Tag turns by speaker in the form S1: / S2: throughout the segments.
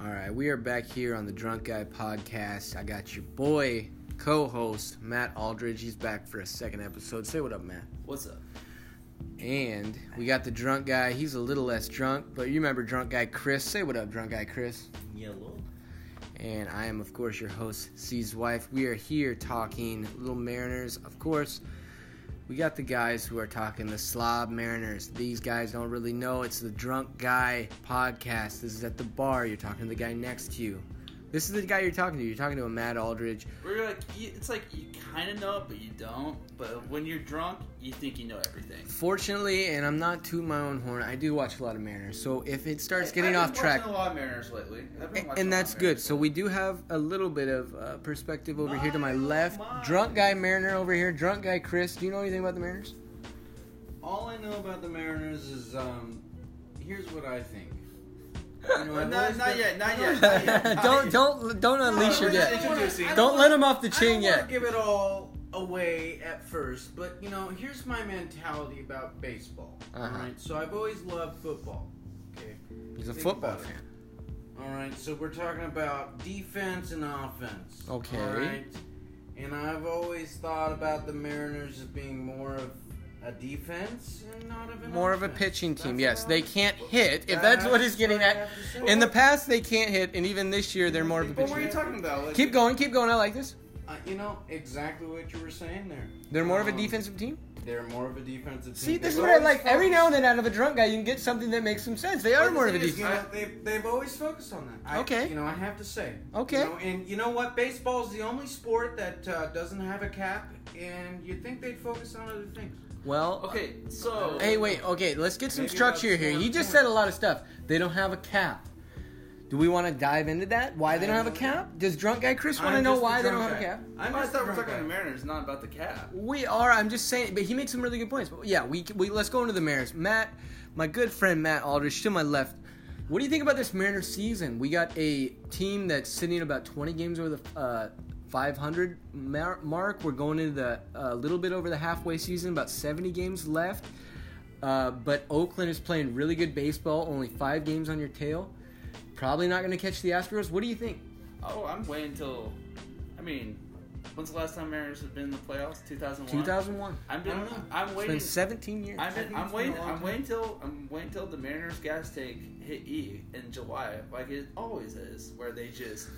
S1: All right, we are back here on the Drunk Guy podcast. I got your boy, co host, Matt Aldridge. He's back for a second episode. Say what up, Matt.
S2: What's up?
S1: And we got the drunk guy. He's a little less drunk, but you remember drunk guy Chris. Say what up, drunk guy Chris.
S2: Yellow.
S1: And I am, of course, your host, C's wife. We are here talking Little Mariners. Of course, we got the guys who are talking the slob mariners. These guys don't really know. It's the drunk guy podcast. This is at the bar. You're talking to the guy next to you. This is the guy you're talking to. You're talking to a Matt Aldridge.
S2: We're like, you- it's like you kind of know it, but you don't. But when you're drunk, you think you know everything.
S1: Fortunately, and I'm not tooting my own horn, I do watch a lot of Mariners. So if it starts getting
S2: I've
S1: off
S2: been
S1: track,
S2: Watching a lot of Mariners lately. I've been
S1: and,
S2: watching a lot
S1: that's
S2: of
S1: good.
S2: Mariners.
S1: So we do have a little bit of uh, perspective over here to my
S2: My, oh
S1: left.
S2: my.
S1: Drunk guy Mariner over here. Drunk guy Chris. Do you know anything about the Mariners?
S3: All I know about the Mariners is, um, here's what I think.
S2: No, not, not yet, not yet, not yet. not
S1: don't
S2: yet.
S1: don't don't unleash
S2: we're
S1: your
S2: just
S1: yet.
S2: introducing.
S3: I
S1: Don't
S3: don't
S1: let
S3: wanna-
S1: him off the
S3: I don't
S1: chain
S3: want to
S1: yet.
S3: give it all away at first, but you know, here's my mentality about baseball. all
S1: Uh-huh.
S3: right, so I've always loved football. Okay,
S1: He's a
S3: Think
S1: football
S3: about it.
S1: fan.
S3: all right, so we're talking about defense and offense.
S1: Okay.
S3: all right? and I've always thought about the Mariners as being more of a defense and not of an
S1: More of a
S3: offense.
S1: pitching team.
S3: That's
S1: Yes,
S3: what
S1: they
S3: I-
S1: can't hit. If that's what he's getting
S3: That's what I
S1: at.
S3: have to say.
S1: In the past, they can't hit, and even this year, they're more of a
S2: But what are
S1: pitching.
S2: you talking about? Like,
S1: Keep going, keep going. I like this.
S3: Uh, you know exactly what you were saying there.
S1: They're more of a
S3: Um,
S1: defensive team.
S3: They're more of a defensive team.
S1: See, this is
S3: They've
S1: what I
S3: always
S1: like. Every
S3: focused-
S1: now and then, out of a drunk guy, you can get something that makes some sense. They
S3: But
S1: are
S3: the
S1: more of a
S3: thing is, you
S1: defensive.
S3: know, they've, they've always focused on that. I-
S1: Okay.
S3: You know, I have to say.
S1: Okay.
S3: You know, and you know what? Baseball is the only sport that uh, doesn't have a cap, and you'd think they'd focus on other things.
S1: Well,
S2: Okay, so
S1: Hey, wait. Okay, let's get some
S3: Maybe
S1: structure
S3: that's
S1: here.
S3: more
S1: You just
S3: important.
S1: said a lot of stuff. They don't have a cap. Do we want to dive into that? Why they
S3: I
S1: don't have a
S3: don't know.
S1: cap? Does drunk guy Chris want to
S3: Uh, I'm
S1: know
S3: just a
S1: why they don't
S3: drunk
S1: have a
S3: guy.
S1: cap?
S2: I
S3: I'm
S2: just
S3: just
S2: thought we were
S3: drunk
S2: talking about
S3: guy.
S2: the Mariners, not about the cap.
S1: We are. I'm just saying, but he made some really good points. But yeah, we, we let's go into the Mariners. Matt, my good friend Matt Aldridge, to my left. What do you think about this Mariners season? We got a team that's sitting at about 20 games over the uh, 500 mar- mark. We're going into the a little bit over the halfway season, about 70 games left. Uh, but Oakland is playing really good baseball. Only five games on your tail. Probably not going to catch the Astros. What do you think?
S2: Oh, I'm waiting until. I mean, when's the last time Mariners have been in the playoffs? 2001.
S1: 2001.
S2: I'm doing.
S3: I don't know.
S2: I'm
S1: It's
S2: waiting.
S1: been 17 years.
S2: I'm,
S3: think
S2: I'm
S3: it's been a
S2: waiting.
S3: long
S2: I'm
S3: time.
S2: waiting till I'm waiting till the Mariners gas tank hit E in July, like it always is, where they just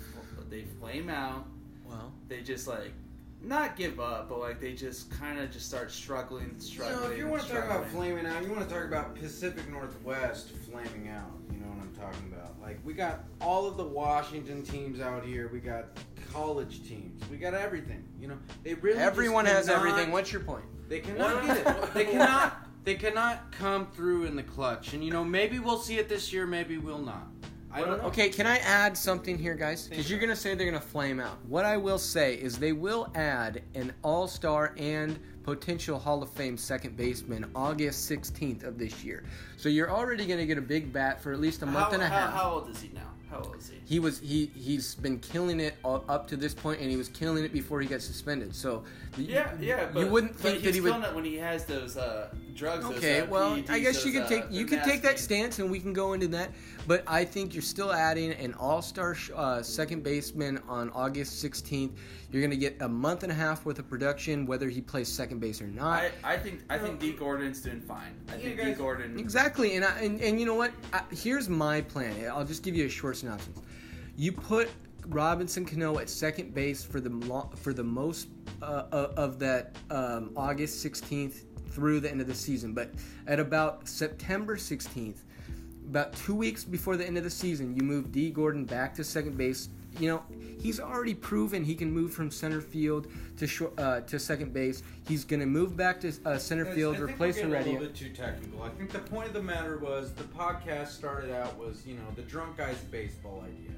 S2: they flame out.
S1: Well,
S2: They just like not give up, but like they just kind of just start struggling,
S3: You know,
S2: struggling.
S3: if you want to talk about
S2: struggling.
S3: flaming out, you want to talk about Pacific Northwest flaming out. You know what I'm talking about? Like, we got all of the Washington teams out here. We got college teams. We got everything. You know, they really just
S1: everyone has
S3: cannot-
S1: everything. What's your point?
S3: They cannot
S2: What?
S3: get it. They cannot. They cannot come through in the clutch. And you know, maybe we'll see it this year. Maybe we'll not. I don't know.
S1: Okay, can I add something here, guys? Because you're gonna say they're gonna flame out. What I will say is they will add an All-Star and potential Hall of Fame second baseman August 16th of this year. So you're already gonna get a big bat for at least a month
S2: how,
S1: and a
S2: how,
S1: half.
S2: How old is he now? How old is he?
S1: he was he he's been killing it all up to this point, and he was killing it before he got suspended. So the-
S2: Yeah, yeah. But,
S1: you wouldn't
S2: but
S1: think
S2: he's
S1: that he would.
S2: still not when he has those uh, drugs. those,
S1: Okay,
S2: uh,
S1: well,
S2: PEDs,
S1: I guess you could
S2: those,
S1: take
S2: uh,
S1: you could take that
S2: Vinastin.
S1: stance, and we can go into that. But I think you're still adding an all-star sh- uh, second baseman on August 16th. You're going to get a month and a half worth of production, whether he plays second base or not.
S2: I, I think I think D Gordon's doing fine. I think D
S3: guys-
S2: Gordon.
S1: exactly, and, I, and and you know what? I, here's my plan. I'll just give you a short synopsis. You put Robinson Cano at second base for the mo- for the most uh, uh, of that um, August 16th through the end of the season, but at about September 16th. About two weeks before the end of the season, you move D. Gordon back to second base. You know he's already proven he can move from center field to short, uh, to second base. He's going to move back to uh, center field, replace
S3: I think we're
S1: Heredia.
S3: getting a little bit too technical. I think the point of the matter was the podcast started out was you know the drunk guy's baseball idea,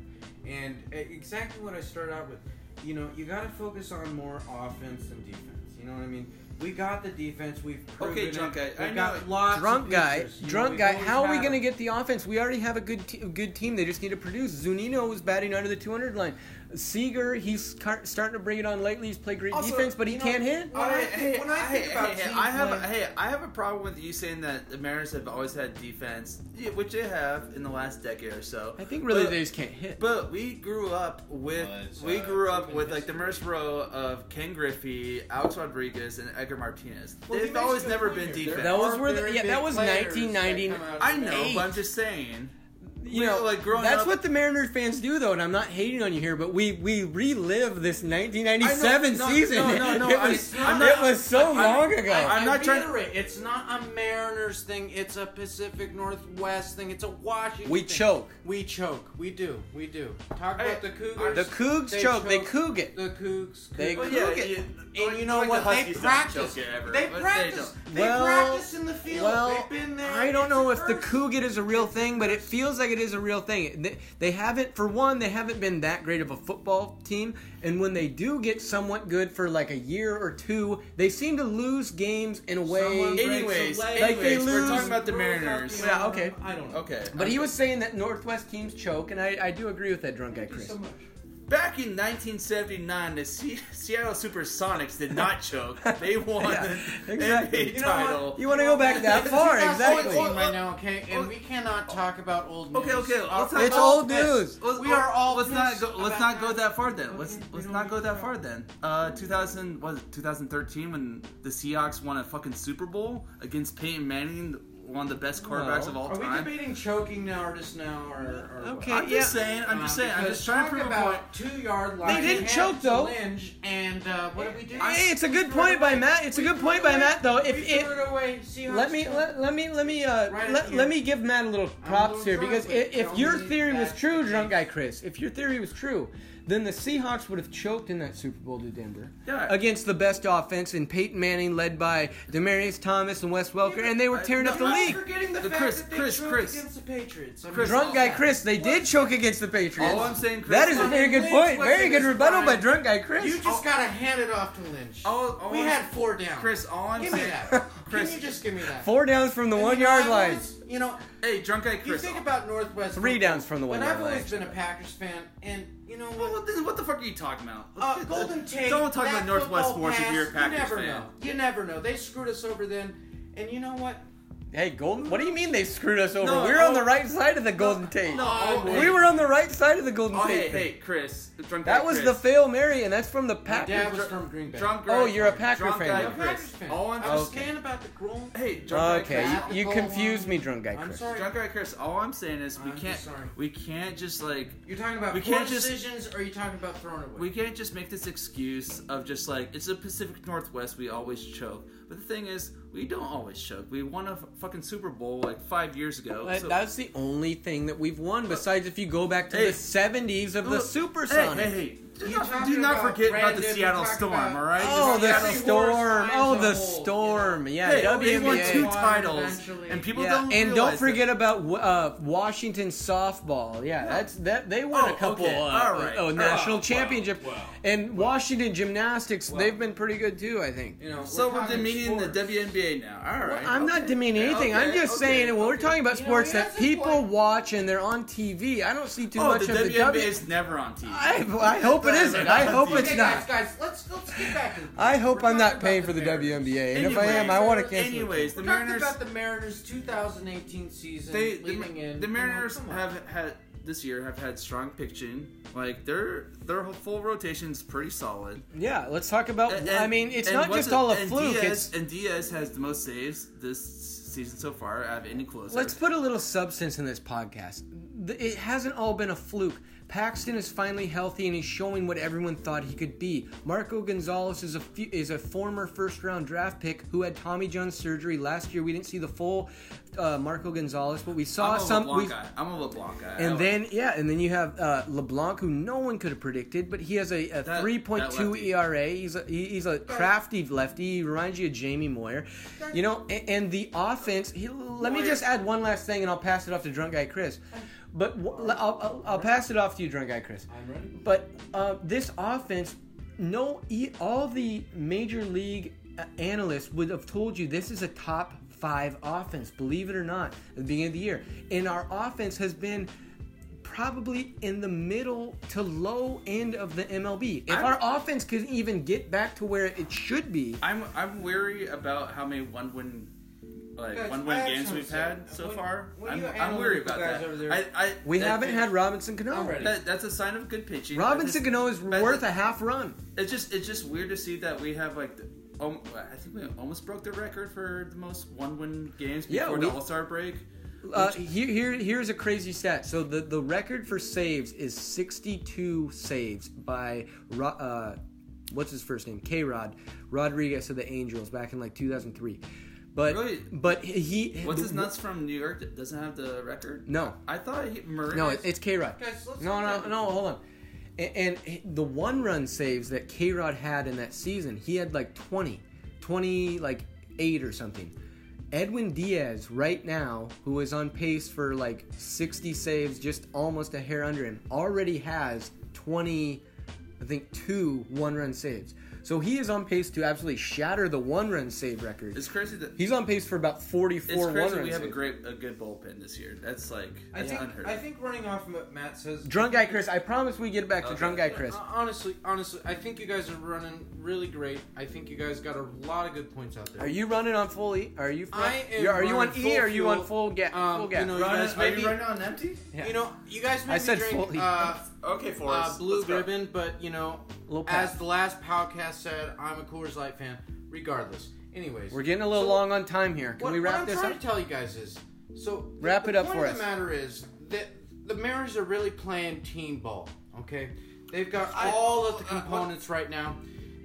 S3: and uh, exactly what I started out with. You know, you got to focus on more offense than defense. You know what I mean? We got the defense. We've proven
S2: Okay, drunk
S3: it.
S2: guy. I
S3: We've
S2: know
S3: got
S2: it.
S3: lots of
S1: Drunk guy,
S3: pieces, you know,
S1: drunk
S3: we've
S1: guy.
S3: always
S1: How are we
S3: had
S1: going to get
S3: them.
S1: the offense? We already have a good te- good team. They just need to produce. Zunino was batting under the 200 line. Seager, he's car- starting to bring it on lately. He's played great
S3: Also,
S1: defense, but he
S3: you know,
S1: can't hit.
S2: uh,
S3: When I think- when I think about
S2: hey,
S3: team
S2: I have a,
S3: play-
S2: hey, I have a problem with you saying that the Mariners have always had defense, yeah, which they have in the last decade or so.
S1: I think really
S2: But-
S1: they just can't hit.
S2: But we grew up with
S4: Well, it's,
S2: we
S4: uh,
S2: grew up
S4: proven
S2: with like the
S4: history.
S2: Merce row of Ken Griffey, Alex Rodriguez, and Edgar Martinez.
S3: Well, he
S2: They've
S3: makes a
S2: always
S3: good
S2: never
S3: point
S2: been
S3: here. There
S2: defense.
S1: That was
S3: are
S1: where the-
S3: very
S1: yeah, that
S3: big
S1: was
S3: players that
S1: 1990
S3: come out of
S2: I know,
S1: Eight.
S2: but I'm just saying.
S1: you
S2: we
S1: know,
S2: were, like, growing
S1: that's
S2: up-
S1: what the Mariners fans do, though, and I'm not hating on you here, but we we relive this 1997
S2: I know- no,
S1: season.
S2: no, no, no,
S1: it
S2: I-
S1: was,
S3: I'm
S1: it
S3: not-
S1: was so
S2: I- I-
S1: long ago.
S2: I- I'm
S3: I
S2: not trying to-
S3: reiterate, It's not a Mariners thing. It's a Pacific Northwest thing. It's a Washington.
S1: We
S3: thing.
S1: choke.
S3: We choke. We do. We do. Talk
S2: Hey,
S3: about the Cougars.
S1: the Cougs choke. They coog it.
S3: The Cougs.
S1: They
S3: coog-
S1: coog Well, yeah, it.
S3: and you know what? they practice. they practice. They,
S1: Well,
S3: practice in the field.
S1: Well,
S3: They've been there.
S1: I don't
S3: It's
S1: know
S3: a
S1: if the
S3: curse.
S1: Cougat is a real thing, but it feels like it is a real thing. They, they haven't, for one, they haven't been that great of a football team, and when they do get somewhat good for like a year or two, they seem to lose games in a
S3: Someone
S1: way.
S3: breaks
S2: Anyways,
S3: a leg.
S1: Like they
S2: anyways, we're
S1: lose-
S2: talking about the
S3: Rolls up,
S2: Mariners.
S3: you know,
S1: Yeah, okay.
S3: I don't know.
S2: Okay.
S1: But he was saying that Northwest teams choke, and I, I do agree with that drunk guy,
S3: Thank you
S1: Chris.
S3: so much.
S2: Back in 1979, the Se- Seattle Supersonics did not choke. They won
S1: Yeah,
S2: the
S1: exactly.
S2: NBA
S3: You know what?
S2: title.
S1: You want to go back that far,
S3: That's
S1: exactly.
S3: old team right now, okay? And
S2: Oh.
S3: we cannot talk about old news.
S2: Okay, okay, let's
S3: Our
S2: talk
S1: It's
S3: football
S1: old
S3: pissed.
S1: news.
S2: Let's-
S3: We are all
S2: Let's not
S3: pissed
S2: go. Let's
S3: about
S2: not go that far then.
S3: Okay,
S2: Let's
S3: we
S2: let's
S3: don't
S2: not
S3: need
S2: go
S3: to
S2: that
S3: talk.
S2: far then. Uh, 2000 was it 2013 when the Seahawks won a fucking Super Bowl against Peyton Manning, one of the best quarterbacks
S1: Well,
S2: of all
S3: Are we
S2: time.
S3: debating choking now or just now or? or
S1: Okay,
S3: what?
S2: I'm just
S1: Yeah.
S2: saying. I'm just saying. I'm
S3: Because
S2: just trying to
S3: talk
S2: prove a point.
S3: about two yard line.
S1: They didn't
S3: had
S1: choke,
S3: to
S1: though.
S3: Lynch and uh, what did we do?
S1: Hey, it's a good point by Matt. It's a
S3: We
S1: good
S3: threw
S1: point
S3: it
S1: by
S3: away.
S1: Matt, though.
S3: We
S1: If it,
S3: threw it away. Seahawks
S1: let me
S3: choke.
S1: let, let me let me uh
S3: Right
S1: let,
S3: at you.
S1: let me give Matt a little
S3: I'm a
S1: props
S3: little
S1: here
S3: drunk,
S1: because i-
S3: but
S1: if,
S3: don't
S1: your
S3: need
S1: theory was
S3: that
S1: true,
S3: to
S1: drunk
S3: be-
S1: guy Chris, if your theory was true, then the Seahawks would have choked in that Super Bowl to Denver
S2: Yeah.
S1: against the best offense in Peyton Manning, led by Demarius Thomas and Wes Welker, and they were tearing up the
S3: I'm not
S1: league.
S3: Forgetting the
S2: The
S3: fact
S2: Chris-
S3: that they
S2: Chris-
S3: choked
S2: Chris.
S3: against the Patriots. I mean,
S2: Chris-
S1: Drunk guy
S2: What?
S1: Chris, they did choke against the Patriots.
S2: All I'm saying, Chris,
S1: that is a very good point.
S3: Lynch was
S1: Very good
S3: his
S1: rebuttal
S3: prime.
S1: by drunk guy Chris.
S3: You just gotta hand it off to Lynch.
S2: All- all
S3: we
S2: I'm-
S3: had four down.
S2: Oh, Chris, all I'm
S3: give me
S2: saying.
S3: that.
S2: Chris-
S3: Can you just give me that?
S1: Four downs from the
S3: And
S1: one
S3: you know,
S1: yard
S3: I've
S1: line.
S3: always- You know,
S2: Hey, drunk guy
S3: you
S2: Chris.
S3: think about Northwest.
S1: Three
S3: football,
S1: downs from the
S3: but
S1: one-yard
S3: I've
S1: line,
S3: always been a Packers fan, and you know
S2: Well,
S3: what?
S2: what the- what the fuck are you talking about?
S3: Uh, Golden Tate.
S2: Don't talk
S3: that
S2: about Northwest
S3: football
S2: sports if
S3: pass,
S2: you're a Packers
S3: You never
S2: fan.
S3: know. You never know. They screwed us over then, and you know what?
S1: Hey, Golden, what do you mean they screwed us over?
S2: No,
S1: we were on
S2: oh,
S1: the right side of the Golden Tate.
S2: no,
S3: oh,
S1: we were on the right side of the Golden
S2: Oh,
S1: Tate.
S2: hey,
S1: thing.
S2: hey, Chris. Drunk
S1: That
S2: guy
S1: was
S2: Chris.
S1: the fail Mary, and that's from the
S3: My dad
S1: Packers.
S3: was from Green Bay.
S2: Drunk
S1: Oh,
S2: guy-
S1: you're a Packer
S2: drunk
S1: fan.
S2: guy
S1: You're a
S3: Packers
S2: Chris.
S3: fan.
S2: All I'm
S3: I was
S1: Okay.
S3: scared about the grown.
S2: Hey, drunk guy
S1: Okay,
S2: Chris.
S3: Packer
S1: you, you
S3: goal
S1: confused
S3: line.
S1: me, drunk guy
S3: I'm
S1: Chris.
S3: sorry.
S2: Drunk guy Chris, all I'm saying is we
S3: I'm
S2: can't
S3: sorry.
S2: we can't just like
S3: You're talking about
S2: We
S3: poor
S2: can't just-
S3: decisions, or are you talking about throwing away?
S2: we can't just make this excuse of just like it's the Pacific Northwest we always choke. But the thing is, we don't always choke. We won a f- fucking Super Bowl like 5 years ago.
S1: But
S2: so-
S1: that's the only thing that we've won, besides if you go back to
S2: Hey.
S1: the 70s of the
S2: Look,
S1: Supersonics.
S2: Hey, hey, hey. Do
S3: You
S2: not,
S3: talking
S2: do not
S3: about
S2: forget about the
S3: Brandon,
S2: Seattle
S3: you talking
S2: Storm,
S3: about-
S2: all right?
S1: Oh, the
S2: Seattle
S3: Seahawks
S1: storm!
S3: times
S1: Oh,
S3: a
S1: the
S3: whole, you
S1: storm!
S3: know.
S1: Yeah,
S2: Hey,
S1: WNBA.
S2: we won two
S3: Won
S2: titles,
S3: eventually.
S2: and people
S1: yeah,
S2: don't.
S1: and
S2: realize
S1: don't forget about w- uh, Washington softball. Yeah, that's that they won
S2: Oh,
S1: a couple
S2: okay.
S1: uh,
S2: All right.
S1: uh,
S2: Oh,
S1: national
S4: wow,
S1: championship,
S4: wow.
S1: and Washington gymnastics.
S3: Wow.
S1: They've been pretty good too, I think.
S3: You know,
S2: That. So we're
S3: talking
S2: demeaning the
S3: sports.
S2: WNBA now. All right,
S1: I'm not
S2: okay.
S1: demeaning
S2: Yeah,
S1: anything.
S2: okay,
S1: I'm just
S2: okay,
S1: saying, when we're
S2: okay.
S1: talking about
S3: You know,
S1: sports
S3: he has
S1: that
S3: a
S1: people
S3: point.
S1: watch and they're on TV, I don't see too
S2: Oh,
S1: much
S2: the
S1: of the
S2: WNBA
S1: W.
S2: is never on TV.
S1: I, I hope it isn't. I hope it's
S3: Okay,
S1: not.
S3: guys, guys, let's let's get back. to this.
S1: I hope
S3: We're
S1: I'm
S3: talking
S1: not
S3: about
S1: paying for the
S3: Mariners.
S1: WNBA, and if I
S2: Anyway,
S1: am, I want to cancel. it.
S2: Anyways, the
S3: We're talking
S2: Mariners.
S3: about the Mariners 2018 season
S2: They, the,
S3: leading in.
S2: the
S3: you know,
S2: Mariners
S3: come on.
S2: have had this year have had strong pitching. Like their their whole full rotation's pretty solid.
S1: Yeah, let's talk about.
S2: And-
S1: Oh, I
S2: and-
S1: mean, it's
S2: and
S1: not
S2: what's
S1: just
S2: it-
S1: all a
S2: and
S1: fluke. It's
S2: Diaz, and Diaz has the most saves this season so far out of any closer.
S1: Let's put a little substance in this podcast. Th- It hasn't all been a fluke. Paxton is finally healthy and he's showing what everyone thought he could be. Marco Gonzalez is a fu- is a former first round draft pick who had Tommy John surgery last year. We didn't see the full uh, Marco Gonzalez, but we saw
S2: I'm a
S1: some.
S2: LeBlanc
S1: we-
S2: guy. I'm a LeBlanc guy. I
S1: and
S2: like-
S1: then yeah, and then you have uh, LeBlanc, who no one could have predicted, but he has a, a
S2: that
S1: 3.2
S2: lefty.
S1: ERA. He's E a he- he's a crafty lefty. He reminds you of Jamie Moyer, you know. And, and the offense. He, let me just add one last thing, and I'll pass it off to Drunk Guy Chris. But wh- I'll, I'll, I'll pass it off to you, Drunk Guy Chris.
S3: I'm ready.
S1: But uh, this offense, no, e- all the major league uh, analysts would have told you this is a top five offense, believe it or not, at the beginning of the year. And our offense has been probably in the middle to low end of the MLB. If
S2: I'm-
S1: our offense could even get back to where it should be,
S2: I'm I'm wary about how many one win like
S3: Guys,
S2: one win
S3: I have
S2: games we've
S3: something.
S2: had so
S3: When-
S2: far.
S3: when
S2: I'm,
S3: you
S2: I'm wary
S3: analytical
S2: about
S3: guys
S2: that.
S3: over there-
S2: I, I,
S1: we
S2: that-
S1: haven't had Robinson Cano.
S3: I'm ready.
S2: That, that's a sign of good pitching.
S1: Robinson
S2: That is-
S1: Cano is
S2: but
S1: worth
S2: that-
S1: a half run.
S2: It's just it's just weird to see that we have like, the, um, I think we almost broke the record for the most one win games
S1: Yeah,
S2: before
S1: we-
S2: the All Star break.
S1: Uh, here, here, here's a crazy stat. So the, the record for saves is 62 saves by Ro- uh, what's his first name? K Rod Rodriguez of the Angels back in like 2003. But
S2: Really?
S1: but he
S2: What's his nuts from New York that doesn't have the record?
S1: No.
S2: I thought he, Murray.
S1: No, it- it's K Rod.
S3: Guys, let's
S1: No, no,
S3: look at-
S1: no. Hold on. A- And, the one run saves that K Rod had in that season, he had like 20, 20, like eight or something. Edwin Diaz, right now, who is on pace for like 60 saves, just almost a hair under him, already has 20, I think, two one run saves. So he is on pace to absolutely shatter the one run save record.
S2: It's crazy that
S1: He's on pace for about 44
S2: it's
S1: one run
S2: crazy
S1: saves.
S2: we have a great a good bullpen this year. That's like
S3: I
S2: that's
S3: think
S2: unheard
S3: I
S2: of.
S3: think running off what Matt says.
S1: Drunk Guy Chris, I promise we get back to
S2: Okay.
S1: Drunk Guy Chris.
S3: Uh, Honestly, honestly, I think you guys are running really great. I think you guys got a lot of good points out there.
S1: Are you running on full E? Are you?
S3: I am
S1: You're- are you on
S3: running
S1: E?
S3: full
S1: Are you on
S3: fuel.
S1: full gas?
S3: Um,
S1: full gas.
S3: you know,
S1: Run-
S3: guys
S2: are you
S3: maybe-
S2: running on empty?
S1: yeah.
S3: You know, you guys made
S1: I
S3: me
S1: said
S3: drink
S1: fully.
S3: uh,
S2: Okay, for
S3: uh, Blue Ribbon, but you know,
S1: Little
S3: as
S1: pass.
S3: the last podcast said, I'm a Coors Light fan. Regardless, anyways,
S1: We're getting a little
S3: So,
S1: long on time here. Can
S3: what,
S1: we
S3: what
S1: wrap
S3: I'm
S1: this
S3: trying
S1: up?
S3: to tell you guys is, so
S1: Wrap
S3: the
S1: it up
S3: point
S1: for
S3: of
S1: us.
S3: The matter is that the Mariners are really playing team ball. Okay, they've got
S2: I-
S3: all of the
S2: uh,
S3: components right now.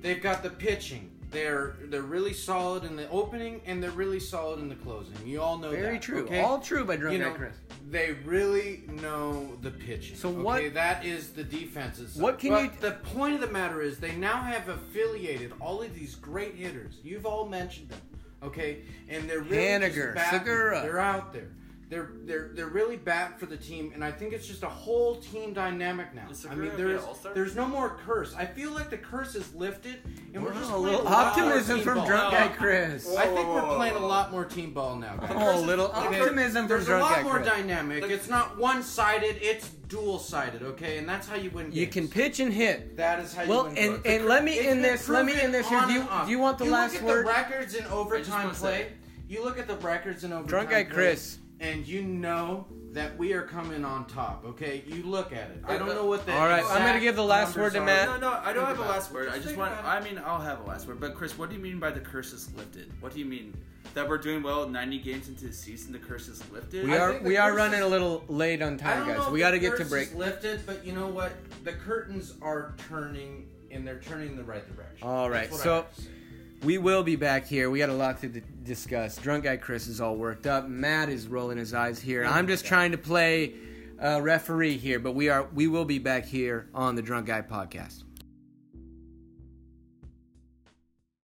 S3: They've got the pitching. They're they're really solid in the opening and they're really solid in the closing. You all know that.
S1: Very true.
S3: okay?
S1: All true by Drunk
S3: you
S1: Guy
S3: know,
S1: Chris.
S3: they really know the pitching.
S1: So
S3: okay?
S1: what-
S3: That is the defenses.
S1: What can you-
S3: The point of the matter is they now have affiliated all of these great hitters. You've all mentioned them, okay? And they're really just
S1: Haniger,
S3: batting.
S1: Segura.
S3: They're out there. They're they're they're really bat for the team, and I think it's just a whole team dynamic now.
S2: Is
S3: I
S2: Segura
S3: mean,
S2: gonna be
S3: there's
S2: an all-star?
S3: there's no more curse. I feel like the curse is lifted, and we're,
S1: Wow,
S3: just
S1: Oh, a
S3: playing
S1: little
S3: lot more
S1: optimism
S3: team
S1: from
S3: ball.
S1: Drunk
S2: No.
S1: Guy Chris.
S3: I think we're playing a lot more team ball now, guys.
S1: Oh, a little
S3: Okay,
S1: optimism from
S3: There's a
S1: Drunk
S3: lot
S1: Guy
S3: more
S1: Chris.
S3: dynamic. It's not one-sided. It's dual-sided. Okay, and that's how you win. Games.
S1: You can pitch and hit.
S3: That is how
S1: Well,
S3: you win.
S1: and-
S3: games.
S1: and let me
S3: It's
S1: end
S3: been
S1: this- let me
S3: proven
S1: end this here.
S3: on
S1: Do you-
S3: and off.
S1: do you want the last
S3: look
S1: word?
S3: At the records in overtime
S2: wanna say-
S3: play. You look at the records in overtime.
S1: Drunk Guy
S3: play,
S1: Chris.
S3: And you know that we are coming on top. Okay, you look at it. I don't
S2: Uh,
S3: know what the.
S1: all right, I'm
S3: exact
S1: gonna give the last
S3: numbers
S1: word to
S3: are.
S1: Matt.
S2: No, no, I don't
S3: Think
S2: have a
S3: about
S2: last
S3: it.
S2: word. I
S3: Just
S2: just
S3: think
S2: want.
S3: about
S2: I mean, I'll have a last word. But Chris, what do you mean by the curse is lifted? What do you mean that we're doing well 90 games into the season? The curse is lifted.
S1: We
S3: I
S1: are
S3: think the
S1: we are
S3: Chris
S1: running
S3: is-
S1: a little late on
S3: I
S1: time,
S3: don't
S1: guys.
S3: know
S1: We
S3: if
S1: got to
S3: the
S1: get to
S3: curse
S1: break.
S3: is Lifted, but you know what? The curtains are turning, and they're turning in the right direction.
S1: All right,
S3: That's what I
S1: so-
S3: have to say.
S1: We will be back here. We got a lot to d- discuss. Drunk guy Chris is all worked up. Matt is rolling his eyes here. I'm just trying to play uh, referee here, but we are we will be back here on the Drunk Guy Podcast.